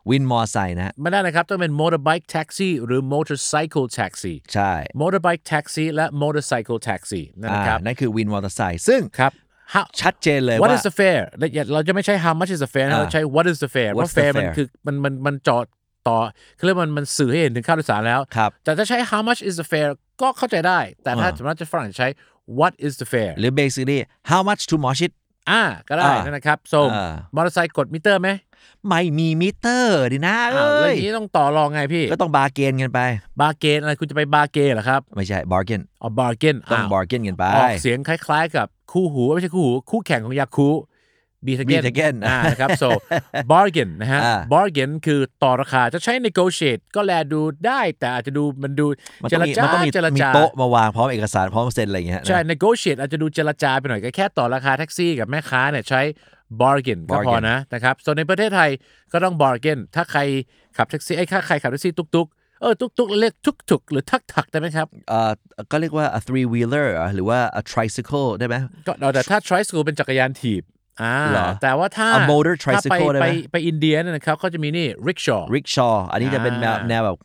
วินมอไซค์นะฮะ
ไม่ได้นะครับ ต้องเป็น motorbike taxi หรือ motorcycle taxi
ใช่
motorbike taxi และ motorcycle taxi นะครับ
อ่านั่นคือวินมอเตอร์ไซค์ซึ่ง
ครับ How-
ชัดเจนเลย
what
ว่า
is the fare และเราจะไม่ใช้ how much is the fare นะ
อ่า
เราใช้ what is the fare เพราะ
What's the
fare มัน
fare
คือมันมันมันจอดต่อคือเรียกว่ามันมันสื่อให้เห็นถึงค่าโดยสารแล้ว
ครับ
แต่ถ้าใช้ how much is the fare ก็เข้าใจได้ แต่ถ้าส
อ่า
มมติจะฝรั่งใช้ what is the fare
หรือ basically how much to mosh it
อ่าก็ได้
อ่าน
นะครับส่ง
อ่า
มอเตอร์ไซค์กดมิเตอร์ไหม
ไม่มีมิเตอร์ดินะ
อ้าว
เอ้
แล้วอย ย่างนี้ต้องต่อรองไงพี่
ก็ต้องบาร์เกนกันไป
บาร์เกนอะไรคุณจะไปบาร์เกนเหรอครับ
ไม่ใช่บาร์เกน
อ๋อบาร์เกน
ต้องบาร์เกนกันไป
ออกเสียงคล้ายๆกับคู่หู ไม่ใช่คู่หู คู่แข่งของยาคูบีท
Beat again
อ่านะครับ so bargain นะฮะ
อ่า
bargain คือต่อราคาจะใช้ negotiate ก็แลดูได้ แต่อาจจะดูมันดู
มัน
เจ
ต้อ
ร
งมี
จา
มันต้องมี
เจร
มี
จา
โต๊ะมาวางพร้อมเอกสารพร้อมเซ็นอะไรอย่างเงี้ยนะ
ใช่ negotiate อาจจะดูเจรจาไปหน่อยก็แค่ต่อราคาแท็กซี่กับแม่ค้าเนี่ยใช้ bargain ก็พอ
bargain
นะนะครับ ส่วนในประเทศไทยก็ต้อง bargain ถ้าใครขับแท็กซี่ไอ้ยถ้าใครขับแท็กซี่ตุ๊กๆ เออ ตุ๊กๆ เรียกทุกๆ หรือทักทักๆได้ไหมครับ
เอ่อก็เรียกว่า a three wheeler หรือว่า a tricycle ได้ไหม
ก็เอาแต่ถ้า tricycle เป็นจักรยานถีบอ่า
เหรอ
แต่ว่าถ้า
A motor
ถ้าไป
tricycle ได้ไหม
ไปไปอินเดียเนี่ยนะครับเขาจะมีนี่ rickshaw
rickshaw อันนี้จะเป็นแนว
อ่า
แนวแบบ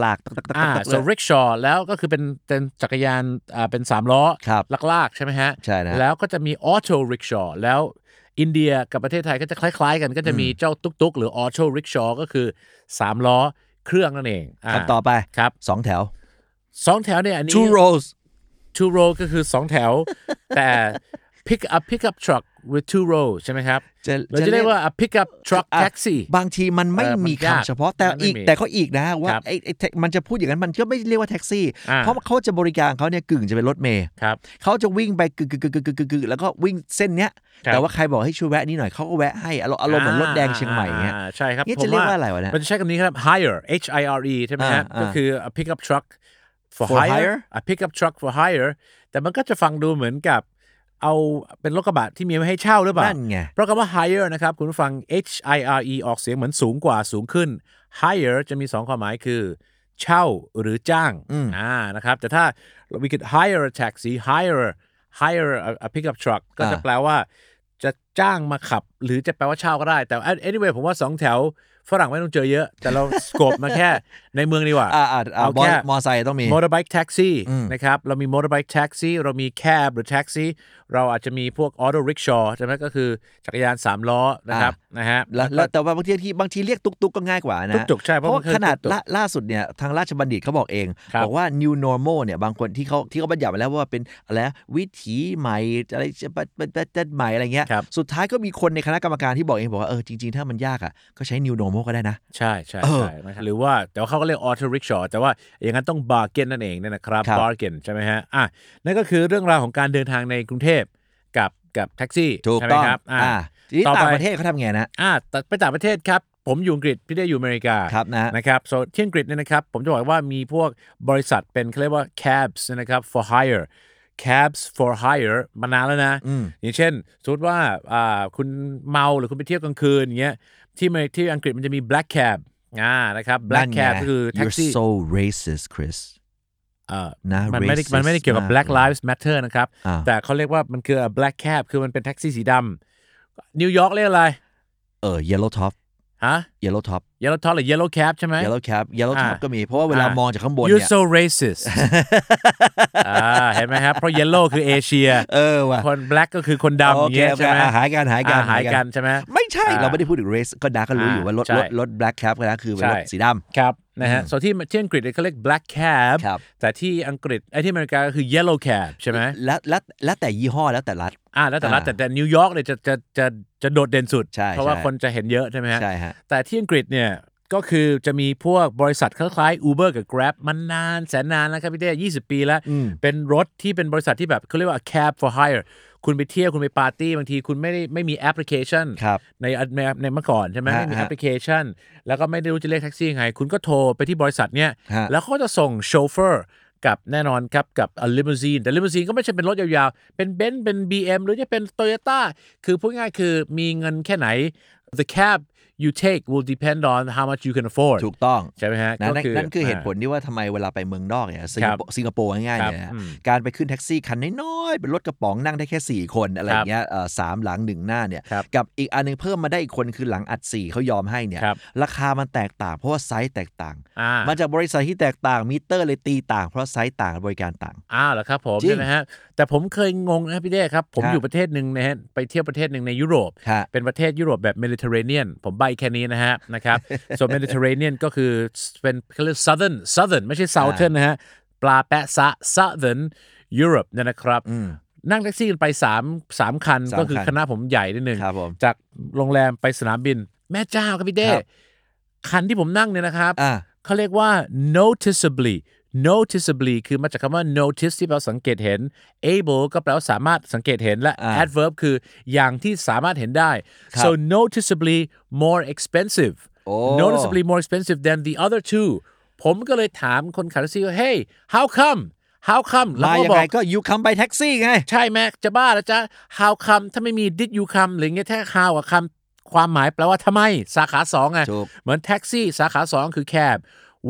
หลักๆตักตักตัก
อ่า
ตักเล
so
ย
rickshaw แล้วก็คือเป็นเป็นจักรยานอ่าเป็นสามล้อ
ครับ
ลากๆ ใช่ไหมฮะ
ใช่นะ
แล้วก็จะมี auto rickshaw แล้วอินเดียกับประเทศไทยก็จะคล้ายๆกันก็จะมีเจ้าตุ๊กๆ หรือ auto rickshaw ก็คือ 3 ล้อเครื่องนั่นเองา
คำต่อไป
ครับ
สองแถว
สองแถวเนี่ยอันนี้
two rows
two row ก็คือ 2 แถว แต่ pick up pick up truck with two row ใช่ไหมครับ
จะ
เราจะเรียกว่า a pick up truck
อ่ะ
taxi
บางทีมันไม่
เออมัน
มี
ยาก
คำเฉพาะแต่
มันไม่
อีก
มี
แต่ก็อีกนะว่า
ครับ
ไอ้ไอ้แท็กมันจะพูดอย่างนั้นมันก็ไม่เรียกว่าแท็กซี่
อ่า
เพราะเขาจะบริการเขาเนี่ยกึ่งจะเป็นรถเมล์
ครับ
เขาจะวิ่งไปกึกกึกกึกกึกกึกกึกกึกแล้วก็วิ่งเส้นเนี้ย
ครับ
แต่ว่าใครบอกให้ช่วยแวะนี่หน่อยเขาก็แวะให้อารมณ์อารมณ์เหมือนรถแดงเชียงใหม่เงี้ย
อ่าใช่ครับ
นี่
ผม
จะเรียกว่าอะไรวะเนี่ย
มันจะใช้คำนี้ครับ hire H I R E ใช่ไหมฮะ
อ่าอ่า
ก็คือ a pick up truck for
For
hire
hire
a pick up truck for hire แต่มันก็จะฟังดูเหมือนกับ เอาเป็นรถกระบะที่มีไว้ให้เช่าหรือเปล่า
นั่นไง
เพราะคำว่า hire นะครับ คุณผู้ฟัง H I R E ออกเสียงเหมือนสูงกว่าสูงขึ้น hire จะมี 2 ความหมายคือ เช่าหรือจ้างอ่านะครับ แต่ถ้า we could hire a taxi hire hire a, a pickup truck ก็จะ
อ่า
แปลว่า จะจ้างมาขับหรือจะแปลว่าเช่าก็ได้ แต่ anyway ผมว่าสองแถวฝรั่งไม่ต้องเจอเยอะ แต่เรา สกบมาแค่ในเมืองดีกว่า
อ่าอ่าอ่า
เอา
มอ
แค่
มอไซค์ต้องมี
motorbike taxi
อืม
นะครับ เรามี motorbike taxi เรามี cab หรือ taxi เราอาจจะมีพวก auto rickshaw ใช่ไหมก็คือจักรยานสามล้อนะครับนะฮะ
แล้วแล้วแต่ว่าบางทีที่บางทีเรียกตุกตุกก็ง่ายกว่านะ
ตุ๊กๆใช่เพ
เพ
ราะ
ราะ
มัน
ว่า
คือ
ขนาด
ตุ๊กๆ
ล่าล่าสุดเนี่ยทางราชบัณฑิตเขาบอกเอง
ครับ
บอกว่า new normal เนี่ยบางคนที่เขาที่เขาบัญญัติไว้แล้วว่าเป็นอะไรนะวิถีใหม่อะไรจะบัดบัดบัดบัดใหม่อะไรเงี้ย
ครับ
สุดท้ายก็มีคนในคณะกรรมการที่บอกเองบอกว่าเออจริง ๆ ถ้ามันยากอ่ะก็ใช้ new normal ก็ได้นะ
ใช่ใช่
เออ
ใช่นะครับหรือว่าแต่ว่าเขาก็เรียก auto rickshaw แต่ว่าอย่างนั้นต้อง bargain นั่นเองเนี่ยนะครับ
ครับ
bargain ใช่ไหมฮะอ่ะนั่นก็คือเรื่องราวของการเดินทางในกรุงเทพกับกับแท็กซี่
ถูก
ใช่ไหม
ต้อง
ครับอ่ะ
อ่า ทีนี้
ต่อไป
ต่างประเทศเขาทำไงนะ
อ่าแต่ไปต่างประเทศครับ ผมอยู่อังกฤษพี่ได้อยู่อเมริกา
ครับนะ
นะครับโซนที่อังกฤษเนี่ยนะครับ ผมจะบอกว่ามีพวกบริษัทเป็นเขาเรียกว่า cabs นะครับ for hire cabs for hire มานานแล้วนะ
อืม
อย่างเช่น สมมติว่าอ่าคุณเมาหรือคุณไปเที่ยวกลางคืนอย่างเงี้ยที่ในที่อังกฤษมันจะมี black cab อ่านะครับ black
นั่นไง
cab ก็คือแท็ก
you're
ซี่
so racist Chris
เอ่อ
นะ
มันไม่ได้
racist
มันไม่ได้เกี่ยวกับ
มาก
black lives matter นะครับ
อ่า
แต่เขาเรียกว่ามันคือ black cab คือมันเป็นแท็กซี่สีดำนิวยอร์กเรียกอะไร
เออ yellow top
ฮะ
yellow top
yellow top หรือ yellow cab ใช่ไหม
yellow cap yellow top
อ่า
ก็มี เพราะว่าเวลา
อ่าม
มองจากข้างบน
you're
เนี่ย
so racist อ่าเห็นไหมครับ เพราะ yellow คือเอเชีย
เออว่ะ
คน black ก็คือคนดำอ
โอย่าง เค
เงี้ย
โอเค
ใช่ไหม
อ่ะหายกันหายกัน
อ่หายกันใช่ไหม
ไม่ใช่
อ่า
เราไม่ได้พูดถึง race ก็ดาก็รู้
อ่า
อยู่ว่ารถ
ใช่
รถรถ black cap นะคือเป็นรถ
ใช่
สีดำ
ครับนะฮะส่วนที่ที่อังกฤษเนี่ยเขาเรียก black cab
ครับ
แต่ที่อังกฤษไอ้ที่อเมริกาก็คือ yellow cab ใช่ไหม
แล้วแล้วแล้วแต่ยี่ห้อแล้วแต่รัฐ
อ่าแล้วแต่ละ
อ่า
แต่แต่นิวยอร์กเนี่ยจะจะจะจะโดดเด่นสุด
ใช่
เพราะว่า
ใช่
คนจะเห็นเยอะใช่ไหมฮะ
ใช่ฮะ
แต่ที่อังกฤษเนี่ยก็คือจะมีพวกบริษัทคล้ายๆ Uber กับ Grab มันนานแสนนานแล้วครับพี่เต้ยี่สิบปีแล้ว
อืม
เป็นรถที่เป็นบริษัทที่แบบเขาเรียกว่า cab for hire คุณไปเที่ยว คุณไปปาร์ตี้ บางทีคุณไม่ได้ไม่มีแอปพลิเคชัน
ครับ
ในในในเมื่อก่อนใช่ไหม
ฮะ
ไม่มี
ฮะ
แอปพลิเคชัน แล้วก็ไม่ได้รู้จะเรียกแท็กซี่ยังไง คุณก็โทรไปที่บริษัทเนี่ย
ฮะ
แล้วเขาก็จะส่งโชเฟอร์กับแน่นอนครับ กับลิมูซีนแต่ลิมูซีนก็ไม่ใช่เป็นรถยาวๆ เป็นเบนซ์เป็น BM หรือจะเป็น t o y ยต้าคือพูดง่ายๆคือมีเงินแค่ไหน the cab you take will depend on how much you can afford
ถูกต้อง
ใช่ไหมฮะ
นะนั่น
ก็
นั่นคือเหตุผลที่ว่าทำไมเวลาไปเมืองนอกเนี่ยสิงคโปร์สิงคโปร์ง่ายๆ
ครับ
เนี่ยนะ
อืม
การไปขึ้นแท็กซี่คันน้อยๆเป็นรถกระป๋องนั่งได้แค่สี่คนอะไรอย่างเงี้ยเอ่อสามหลังหนึ่งหน้าเนี่ย
ครับ
กับอีกอันหนึงเพิ่มมาได้อีกคนคือหลังอัดสี่เขายอมให้เนี่ย
ครับ
ราคามันแตกต่าง เพราะว่าไซส์แตกต่าง
อ่า
มาจากบริษัทที่แตกต่างมิเตอร์เลยตีต่าง เพราะไซส์ต่างบริการต่าง
อ้าวเหรอครับผม
จริง
ใช่ไหมฮะแต่ผมเคยงงนะครับพี่เด้ครับ ผม
ครับ
อยู่ประเทศหนึ่งนะฮะไปเที่ยวประเทศหนึ่งในยุโรป
ฮะ
เป็นประเทศยุโรปแบบเมดิเตอร์เรเนียนผมใบแค่นี้นะฮะนะครับ ส่วนเมดิเตอร์เรเนียนก็คือเป็นเขาเรียก southern southern ไม่ใช่ southern นะฮะ ปลาแปะซะ southern Europe เนี่ยนะครับ
อืม
นั่งแท็กซี่กันไป3 3คัน
สามคัน
ก็คือคณะผมใหญ่นิดนึง
ครับผม
จากโรงแรมไปสนามบิน แม่เจ้าครับพี่เด้คันที่ผมนั่งเนี่ยนะครับ
อ่ะ
เขาเรียกว่า noticeably noticeably คือมาจากคำว่า notice ที่แปลว่าสังเกตเห็น able ก็แปลว่าสามารถสังเกตเห็นและ
อ่า
adverb คืออย่างที่สามารถเห็นได้
ครับ
so noticeably more expensive
โอ้
noticeably more expensive than the other two ผมก็เลยถามคนขับแท็กซี่ว่า hey how come how come แล้ว
มา
เขา
ยัง
บอก
ไงก็ยูคัมไปแท็กซี่ไง
ใช่แม็กจะบ้าแล้วจ๊ะ how come ถ้าไม่มี did you come หรืออย่างเงี้ยถ้า how กับ come ความหมายแปลว่าทำไม สาขาสองไง
ถูก
เหมือนแท็กซี่สาขาสองคือ cab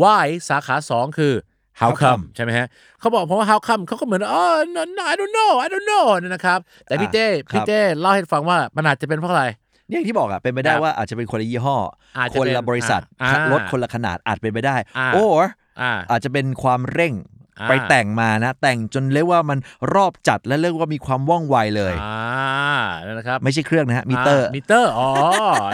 why สาขาสองคือ how
How
come
come
ใช่ไหมฮะเขาบอกผมว่า how come เขาก็เหมือนอ๋อ no, no, I don't know I don't know เนี่ยนะครับ แต่พี่
อ่ะ
เต้พี่
ครับ
เต้เล่าให้ฟังว่ามันอาจจะเป็นเพราะอะไร
เนี่ยอย่างที่บอกอ่ะเป็นไปได้
ครับ
ว่าอาจจะเป็นคนละยี่ห้อ
อาจจะ
คน
เป็
ละ
น
บริษัท
อ่าอ่าร
ถคนละขนาดอาจเป็นไปได้
อ่า
or
อ่า
อาจจะเป็นความเร่ง
อ่า
ไปแต่งมานะ แต่งจนเรียกว่ามันรอบจัดและเรียกว่ามีความว่องไวเลย
อ่านั่นนะครับ
ไม่ใช่เครื่องนะฮะมิเตอร์
ามิเตอร์อ๋อ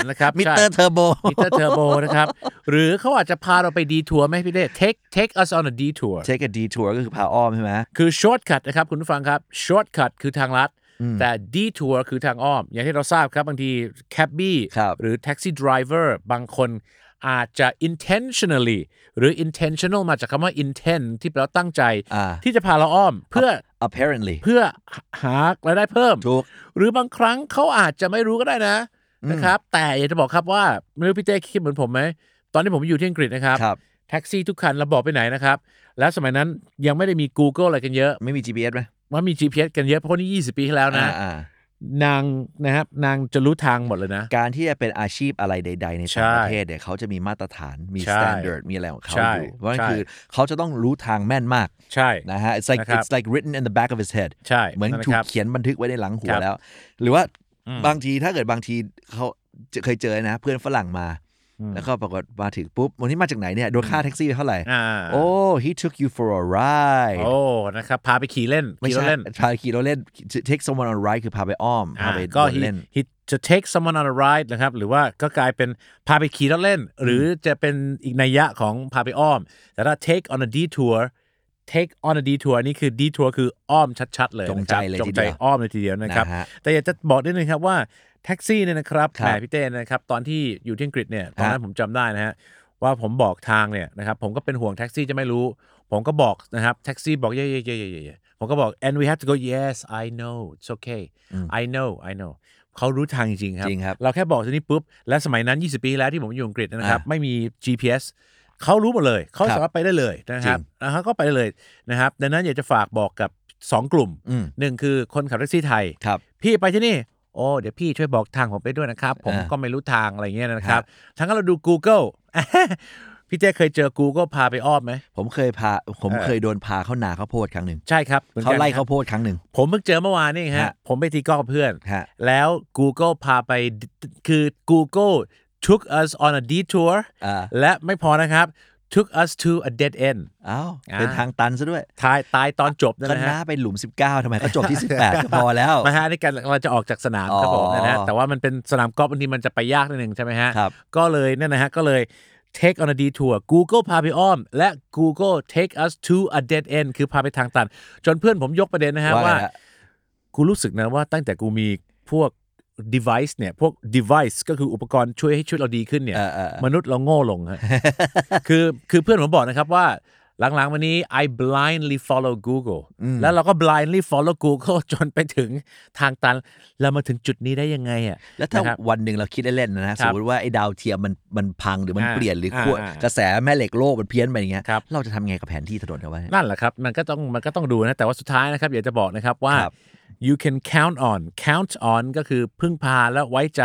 นะครับ
มิ
ใช่
เตอร์เทอร์โบ
มิเตอร์เทอร์โบนะครับ หรือเขาอาจจะพาเราไปดีทัวร์ไหมพี่เด้ take take us on a detour
take a detour ก็คือพาอ้อมใช่ไหม
คือ shortcut นะครับ คุณผู้ฟังครับ shortcut คือทางลัด แต่ detour คือทางอ้อม อย่างที่เราทราบครับบางที cabbie
ครับ
หรือ taxi driver บางคนอาจจะ intentionally หรือ intentional มาจากคำว่า intent ที่แปลว่าตั้งใจ
อ่า
ที่จะพาเราอ้อมเพื่อ
apparently
เพื่อหารายได้เพิ่ม
ถูก
หรือบางครั้งเขาอาจจะไม่รู้ก็ได้นะ
อืม
นะครับ แต่อยากจะบอกครับว่าไม่รู้พี่เต้คิดเหมือนผมไหม ตอนที่ผมอยู่ที่อังกฤษนะครับ
ครับ
แท็กซี่ทุกคันเราบอกไปไหนนะครับ แล้วสมัยนั้นยังไม่ได้มี Google อะไรกันเยอะ
ไม่มี GPS ไหม
ว่ามี GPS กันเยอะเพราะว่านี่20 ปีที่แล้วนะ
อ่าอ่าน
างนะครับนางจะรู้ทางหมดเลยนะ
การที่จะเป็นอาชีพอะไรใด ๆ ใน
ใช่
ต่างประเทศเนี่ยเขาจะมีมาตรฐานมี
ใช่
standard มีอะไรของเขา
ใช่
อยู่เพราะนั่น
ใช่
คือเขาจะต้องรู้ทางแม่นมาก
ใช่
นะฮะ it's like
นะครับ
it's like written in the back of his head
ใช่
เหมือน
นะ
ถู
ค
ก
รับ
เขียนบันทึกไว้ในหลัง
ค
หั
ว รับ
แล้ว หรือว่า
อืม
บางทีถ้าเกิดบางทีเขาเจอเคยเจอนะ เพื่อนฝรั่งมา
อืม
แล้วก็ปรากฏมาถึงปุ๊บวันนี้มาจากไหนเนี่ยโดนค่าแท็กซี่เท่าไหร่
อ่า
โอ้ he took you for a ride
โอ้นะครับ พาไปขี่เล่น
ไม่
ขี่รถ
ใช่
เล่น
พาขี่รถเล่น take someone on a ride คือพาไปอ้อมพา
อ่า
ไป
ก็
เดิน
he
เล่น
he to take someone on a ride นะครับ หรือว่าก็กลายเป็นพาไปขี่รถเล่น หรือจะเป็นอีกนัยยะของพาไปอ้อม แต่ถ้า take on a detour take on a detour นี่คือ detour คืออ้อมชัดๆเลย
จง
นะครับ
ใจเลย
จ
ที
ง
เดี
ใจ
ยว
อ้อมเลยทีเดียวนะครับ
ฮะ
แต่อยากจะบอกนิดนึงครับว่าแท็กซี่เนี่ยนะครับ
ค
แห
รั
ม
บ
พี่เต้นะครับตอนที่อยู่ที่อังกฤษเนี่ยตอนนั้นผมจำได้นะฮะว่าผมบอกทางเนี่ยนะครับผมก็เป็นห่วงแท็กซี่จะไม่รู้ ผมก็บอกนะครับแท็กซี่บอกเย่เย่เย่เย่เย่ผมก็บอก and we have to go yes I know it's okay I know I know เขารู้ทางจริงๆครับ
จริงครับ
เราแค่บอกทีนี้ปุ๊บ และสมัยนั้น 20 ปีแล้วที่ผมอยู่อังกฤษนะครับ
อ่ะ
ไม่มี GPS เขารู้หมดเลย เขา
ครับ
สามารถไปได้เลยนะครับ
จริง
นะฮะก็ไปได้เลยนะครับ ดังนั้นอยากจะฝากบอกกับ 2 กลุ่ม
อืม
หนึ่งคือคนขับแท็กซี่ไทย
ครับ
พี่ไปที่นี่ โอ้เดี๋ยวพี่ช่วยบอกทางผมไปด้วยนะครับ ผม
อ่า
ก็ไม่รู้ทางอะไรเงี้ยนะครับ ทั้งนั้นเราดู Google พี่เจ้เคยเจอ Google พาไปอ้อมไหม
ผมเคยพาผม
เออ
เคยโดนพาเข้านาข้าวโพดครั้งหนึ่ง
ใช่ครับหมือน
เขา
กัน
ไล่
ครั
ข้า
บ
วโพดครั้งหนึ่ง
ผมเพิ่งเจอเมื่อวานนี่ฮะ
ฮะ
ผมไปตีกอล์ฟกับเพื่อน
ฮะ
แล้ว Google พาไปคือ Google took us on a detour
อ่า
และไม่พอนะครับ took us to a dead end
เอ้าว
อ่า
เป็นทางตันซะด้วย
ตายตายตอนจบนะ
ก็
นะ
น้า
ฮะ
ไปหลุม 19ทำไมเขาจบที่ 18 ก็พอแล้ว
มาฮะในการเราจะออกจากสนาม
อ๋อ
ครับผมนะฮะแต่ว่ามันเป็นสนามกอล์ฟบางทีมันจะไปยากนิดหนึ่งใช่ไหมฮะ
ครับ
ก็เลยนั่นนะฮะ ก็เลย take on a detour Google พาไปอ้อม และ Google take us to a dead end คือพาไปทางตัน จนเพื่อนผมยกประเด็นนะฮะ
ว่าไง
ว่า
ฮะ
กูรู้สึกนะว่าตั้งแต่กูมีพวก device เนี่ย พวก device ก็คืออุปกรณ์ช่วยให้ชีวิตเราดีขึ้นเนี่ย
เออเออเออ
มนุษย์เราโง่ลง ฮะ คือคือเพื่อนผมบอกนะครับว่าหลังๆวันนี้ I blindly follow Google แล้วเราก็ blindly follow Google จนไปถึงทางตัน แล้วมาถึงจุดนี้ได้ยังไงอ่ะ
แล้วถ้า
นะครับ
วันหนึ่งเราคิดเล่นๆนะนะสมมติว่าไอ้ดาวเทียมมันมันพังหรือมัน
อ่า
เปลี่ยนหรืออา ขั้ว
อ่าก
ระแสแม่เหล็กโลกมันเพี้ยนไปอย่างเงี้ย
ครับ
เราจะทำไงกับแผนที่ถนนเอาไว้
นั่นแหละครับ มันก็ต้องมันก็ต้องดูนะ แต่ว่าสุดท้ายนะครับ อยากจะบอกนะครับว่า
ครับ
you can count on count on ก็คือพึ่งพาและไว้ใจ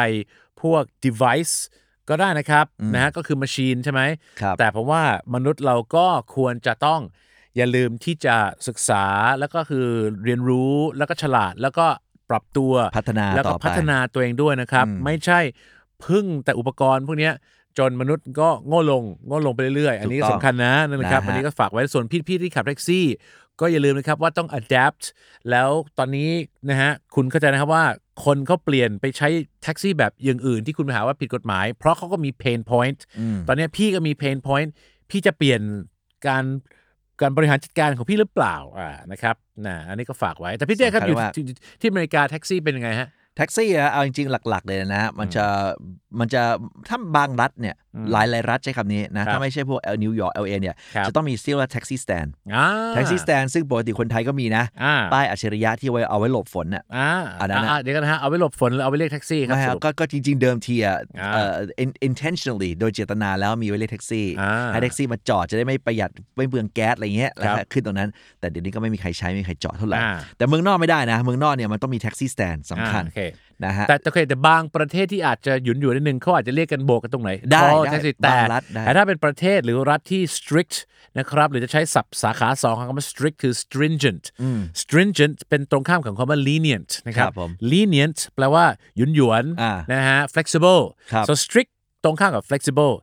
พวก device ก็ได้นะครับนะฮะก็คือ machine ใช่ไหม
ครับ
แต่ผมว่ามนุษย์เราก็ควรจะต้องอย่าลืมที่จะศึกษาแล้วก็คือเรียนรู้แล้วก็ฉลาดแล้วก็ปรับตัว
พัฒนา
แล้ว
ต่
ก็
อไป
พัฒนาตัวเองด้วยนะครับ ไม่ใช่พึ่งแต่อุปกรณ์พวกเนี้ยจนมนุษย์ก็โง่ลงโง่ลงไปเรื่อยๆ อันนี้ก็
ถูกต้
สำ
อง
คัญนะนั่นนะครับ
นะฮะ
อันนี้ก็ฝากไว้ส่วนพี่ๆที่ขับแท็กซี่ ก็อย่าลืมนะครับว่าต้อง adapt แล้วตอนนี้นะฮะคุณเข้าใจนะครับว่าคนเขาเปลี่ยนไปใช้แท็กซี่แบบอย่างอื่นที่คุณไปหาว่าผิดกฎหมาย เพราะเขาก็มี pain point
อืม
ตอนเนี้ยพี่ก็มีเพนพอยต์พี่จะเปลี่ยนการการบริหารจัดการของพี่หรือเปล่าอ่านะครับนะอันนี้ก็ฝากไว้ แต่พี่เจ้ครับอยู่ที่ที่ที่อเมริกาแท็กซี่เป็นยังไงฮะ
แท็กซี่อะเอาจริงๆ หลัก ๆ เลยนะฮะมันจะมันจะถ้าบางรัฐเนี่ย
อืม
หลายหลายๆรัฐใช้คำนี้นะ
ครับ
ถ้าไม่ใช่พวกนิวยอร์กเอลเอเนี่ย
ครับ
จะต้องมีเซียกว่าแท็กซี่สแตน
อ่า
แท็กซี่สแตนซึ่งปกติคนไทยก็มีนะ
อ่า
ป้ายอัจฉริยะที่ไว้เอาไว้หลบฝนน่ะ
อ่า
อันนั้นอะ
อ่าเดี๋ยวกันนะฮะเอาไว้หลบฝนหรือเอาไว้เรียกแท็กซี่ครับ
ไม่
ส
ฮะ
รุป
ก็ก็จริง ๆ เดิมทีอ่ะ
อ่า
เอ่อ in- intentionally โดยเจตนาแล้วมีไว้เรียกแท็กซี่
อ่า
ให้แท็กซี่มาจอดจะได้ไม่ประหยัดไม่เบืองแก๊สอะไรเงี้ยแล้ว
ครับ
ก็ขึ้นตรงนั้น แต่เดี๋ยวนี้ก็ไม่มีใครใช้ไม่มีใครจอดเท่าไหร่
อ่า
แต่เมืองนอกไม่ได้นะ เมืองนอกเนี่ยมันต้องมีแท็กซี่สแตนสำคัญ
อ่าโอเค
นะฮะ
แต่แต่โอเคแต่บางประเทศที่อาจจะหยุนอยู่นิดนึงเขาอาจจะเรียกกันโบกกันตรงไหน
ได้
อ๋อ
ได้
แท็กซี่แต่
บางรัฐได้
แต่ถ้าเป็นประเทศหรือรัฐที่ strict นะครับหรือจะใช้ศัพท์สาขาสองของคำว่า strict คือ stringent stringent เป็นตรงข้ามของคำว่า lenient นะครับ
ครับผม
lenient แปลว่าหยุนหยวนๆ
อ่า
นะฮะ flexible
ครับ
so strict ตรงข้ามกับ flexible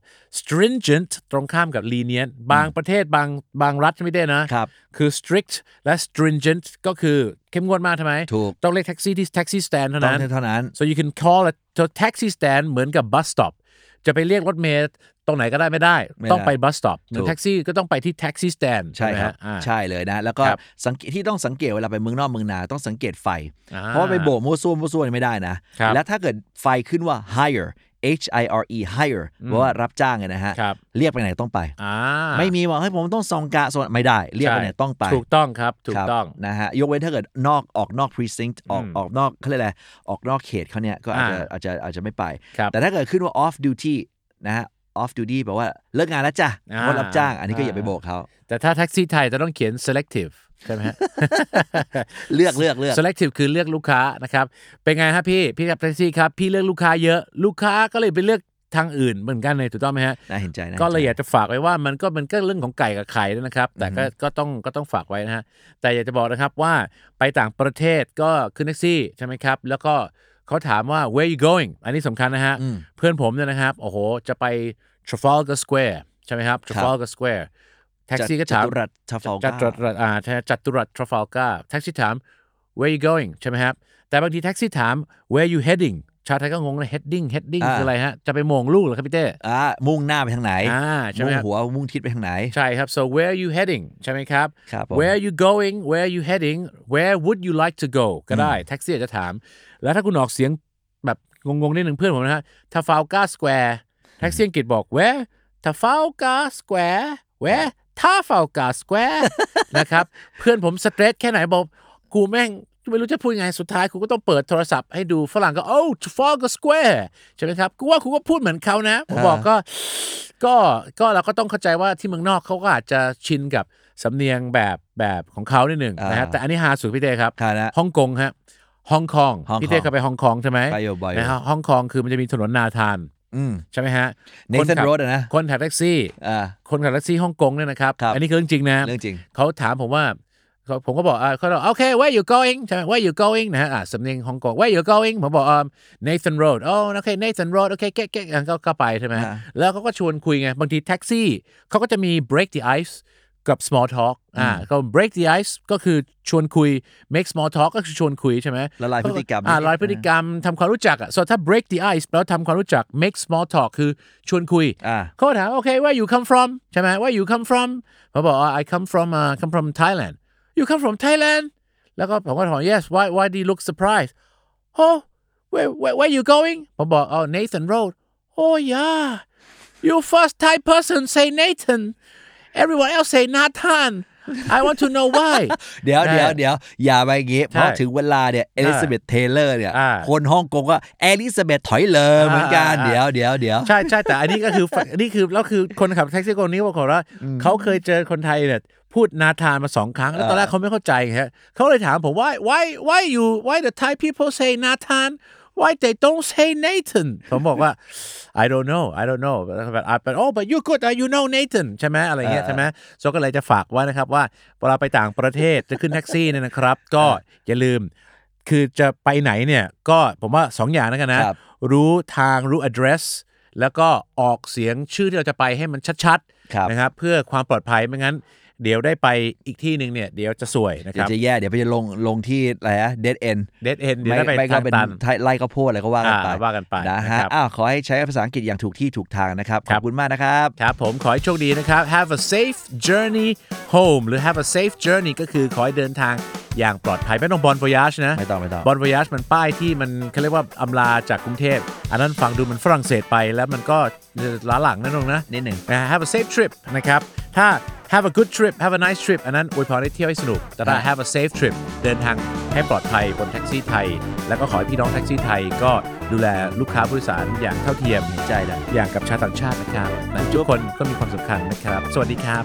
stringent ตรงข้ามกับ lenient บางประเทศบางบางรัฐไม่ได้นะ
ครับ
คือ strict และ stringent ก็คือเข้มงวดมากใช่ไหม
ถูก
ต้องเรียกแท็กซี่ที่ taxi stand เท่า
ต้อง
นั้น
เท่านั้น
so you can call a so taxi stand เหมือนกับ bus stop จะไปเรียกรถเมล์ตรงไหนก็ได้ไม่ได้
ไม่
ต้องไป
ได้
bus stop เหมือ
ถู
น
ก
แท็กซี่ก็ต้องไปที่ taxi stand
ใช่ครั
ไหม
บ
ฮะอ่า
ใช่เลยนะแล้วก็
ครับ
สังเกตที่ต้องสังเกตเวลาไปเมืองนอกเมืองนาต้องสังเกตไฟ
อ่า
เพราะว่าไปโบกมั่วซั่วมั่วซั่วนี่ไม่ได้นะ
ครับ
แล้วถ้าเกิดไฟขึ้นว่า higher H I R E higher เพราะว่ารับจ้างไงนะฮะ
ครับ
เรียกไปไหนต้องไป
อ่า
ไม่มีว่าเฮ้ยผมต้องส่องกะส่องไม่ได้เรียกไปไหนต้องไป
ถูกต้องครับ ถู
ค
ก
รับ
ต้อง
นะฮะยกเว้นถ้าเกิดนอกออกนอก precinct ออกออกนอกเขาเรียกอะไรออกนอกเขตเขาเนี่ยก็อาจจะ
อ่า
อาจจะอาจจะไม่ไป
ครับ
แต่ถ้าเกิดขึ้นว่า off duty นะฮะ off duty แปลว่าเลิกงานแล้วจ้ะ
อ่าง
ดรับจ้าง อันนี้ก็
อ่า
อย่าไปโบกเขา
แต่ถ้าแท็กซี่ไทยจะต้องเขียน selective ใช่ไหม ฮะ
เลือกเลือกเลือก
selective คือเลือกลูกค้านะครับ เป็นไงฮะพี่ พี่ขับแท็กซี่ครับ พี่เลือกลูกค้าเยอะ ลูกค้าก็เลยไปเลือกทางอื่นเหมือนกันเลยถูกต้องไหมฮะ
น่าเห็นใจนะ
ก็เลยอยากจะฝากไว้ว่ามันก็มันก็เรื่องของไก่กับไข่ด้วยนะครับ แต่ก็ก็ต้องก็ต้องฝากไว้นะฮะแต่อยากจะบอกนะครับว่าไปต่างประเทศก็ขึ้นแท็กซี่ใช่ไหมครับ แล้วก็เขาถามว่า where you going อันนี้สำคัญนะฮะ
อืม
เพื่อนผมเนี่ยนะครับ โอ้โห จะไป Trafalgar Square ใช่ไหมครับ Trafalgar Square แท็กซี่ก็ถาม
จัตุรัส Trafalgar
จัตุรัสอ่าใช่จัตุรัส Trafalgar แท็กซี่ถาม where you going ใช่ไหมครับ แต่บางทีแท็กซี่ถาม where you heading ชาวไทยก็งงเลย heading heading
อ่า
คืออะไรฮะจะไปโมงลูกเหรอครับพี่เต้
อ่ามุ่งหน้าไปทางไหน
อ่าใช่ไหม
มุ่ง
ครับ
หัวมุ่งทิศไปทางไหน
ใช่ครับ so where are you heading ใช่ไหมครับ
ครับผม
where are you going where are you heading where would you like to go ก็ได้ แท็กซี่อาจจะถาม แล้วถ้าคุณออกเสียงแบบงงๆนิดหนึ่งเพื่อนผมนะฮะ Trafalgar Square แท็กซี่อังกฤษบอก where Trafalgar Square where Trafalgar Square นะครับ เพื่อนผมสเตรทแค่ไหนบอก กูแม่ง ไม่รู้จะพูดยังไงสุดท้ายคุณก็ต้องเปิดโทรศัพท์ให้ดูฝรั่งก็โอ้ทฟอลก็สแควร์ใช่ไหมครับกูว่าคุณก็พูดเหมือนเขานะ ผมบอกก็ ก็ก็เราก็ต้องเข้าใจว่าที่เมืองนอกเขาก็อาจจะชินกับสำเนียงแบบแบบของเขานิดหนึ่งนะฮะ
อ่า
แต่อันนี้ฮาสุดพี่เต้ครับ
ค่ะนะ
ฮ่องกงฮะฮ่องกง
ฮ่องกง
พี่เต้เคยไปฮ่องกงใช่ไหม
ไปอยู่บ่อย
นะฮะฮ่องกงคือมันจะมีถนนนาทาน
อืม
ใช่ไหมฮะ
เน
คน
สัน
ขับ
โรดนะ
คนขับแท็กซี่
อ่า
คนขับแท็กซี่ฮ่องกงเนี่ยนะครับ
ครับ
อันนี้คือเรื่องจริงนะ
เรื่องจริง
เขาถามผมว่าเขาผมก็บอกอ่าเขาบอกโอเค where you going ใช่ไหม where you going นะฮะอ่าสำเนียงฮ่องกง where you going ผมบอกอ่า Nathan Road โอ้โอเค Nathan Road โอเคแก๊กแก๊กอ่ะก็ก็ไปใช่ไหมฮะ
อ่า
แล้วเขาก็ชวนคุยไง บางทีแท็กซี่เขาก็จะมี break the ice กับ small talk อ่าก็ break the ice ก็คือชวนคุย make small talk ก็คือชวนคุยใช่ไหม
ละลายพฤติกรรม
อ่าลายพฤติกรรมทำความรู้จักอ่ะส่วนถ้า break the ice แล้วทำความรู้จัก make small talk คือชวนคุย
อ่า
เขาก็ถามโอเค where you come from ใช่ไหม where you come from ผมบอกอ่า I come from uh, come from Thailand you come from Thailand แล้วก็ผมก็ถาม yes why why do you look surprised oh where where, where you going ผมบอกอ๋อ Nathan Road oh yeah you first Thai person say Nathan everyone else say Nathan I want to know why
เดี๋ยว
ใช่
เดี๋ยวเดี๋ยวอย่าไปอย่างงี้เพราะถึงเวลาเนี่ยเอลิซาเบธเทเลอร์เนี่ย
อ่า
คนฮ่องกงก็เอลิซาเบธถอยเลยเหมือนกัน
อ่า
เดี๋ยวเดี๋ยวเดี๋ยว
ใช่ใช่แต่อันนี้ก็คืออันนี่คือแล้วคือคนขับแท็กซี่คนนี้บอกว่าเขาเคยเจอคนไทยเนี่ยพูดนาทานมาสองครั้ง แล้วตอนแรกเขาไม่เข้าใจฮะเขาเลยถามผมว่า why why you why the Thai people say นาทาน why they don't say Nathan ผมบอกว่า I don't know I don't know but I- but oh but you good uh, you know Nathan ใช่ไหมอะไรเงี้ย
อ่า
ใช่ไหมโซก็เลยจะฝากไว้นะครับว่าเวลาไปต่างประเทศจะขึ้นแท็กซี่เนี่ยนะครับ ก็อย่าลืม คือจะไปไหนเนี่ยก็ผมว่าสองอย่างแล้วกันนะ
ครับ
รู้ทางรู้ address แล้วก็ออกเสียงชื่อที่เราจะไปให้มันชัด
ครับ
ๆนะครับเพื่อความปลอดภัยไม่งั้น เดี๋ยวได้ไปอีกที่หนึ่งเนี่ยเดี๋ยวจะสวยนะค
เดี๋ย
รับ
วจะแย่เดี๋ยวไปจะลงลงที่อะไรนะเดดเอ็น
dead end เดี๋ยว
ไม่
ได้ไป
ไม่ก็
ทาง
เป็น
ตัน
ไทยไล่ข้าวโพดอะไรก็ว่ากันไป
อ่าว่ากันไป
นะ
นะครั
ฮะ
บ
อ้าวขอให้ใช้ภาษาอังกฤษอย่างถูกที่ถูกทางนะครับ ข
ครั
อบ บคุณมากนะครับ
ครับผมขอให้โชคดีนะครับ have a safe journey home หรือ have a safe journey ก็คือขอให้เดินทางอย่างปลอดภัยไม่ต้องบอล voyage นะ
ไม่ต้องไม่ต้อง
บอลว y ย g จมันป้ายที่มันเขาเรียกว่าอำลาจากกรุงเทพ อันนั้นฟังดูมันฝรั่งเศสไปแล้วมันก็ล้าหลังนั่นองนะ
นิดหนึ่ง
นะ have a safe trip นะครับ ถ้า have a good trip have a nice trip อันนั้นอวยพรให้เที่ยวให้สนุก แต่ถ้า
ครับ
have a safe trip เดินทางให้ปลอดภัยบนแท็กซี่ไทย แล้วก็ขอให้พี่น้องแท็กซี่ไทยก็ดูแลลูกค้าผู้โดยสารอย่างเท่าเทียม
ใจนะ
อย่างกับชาวต่างชาตินะครับนะทุกคนก็มีความสำคัญนะครับ สวัสดีครับ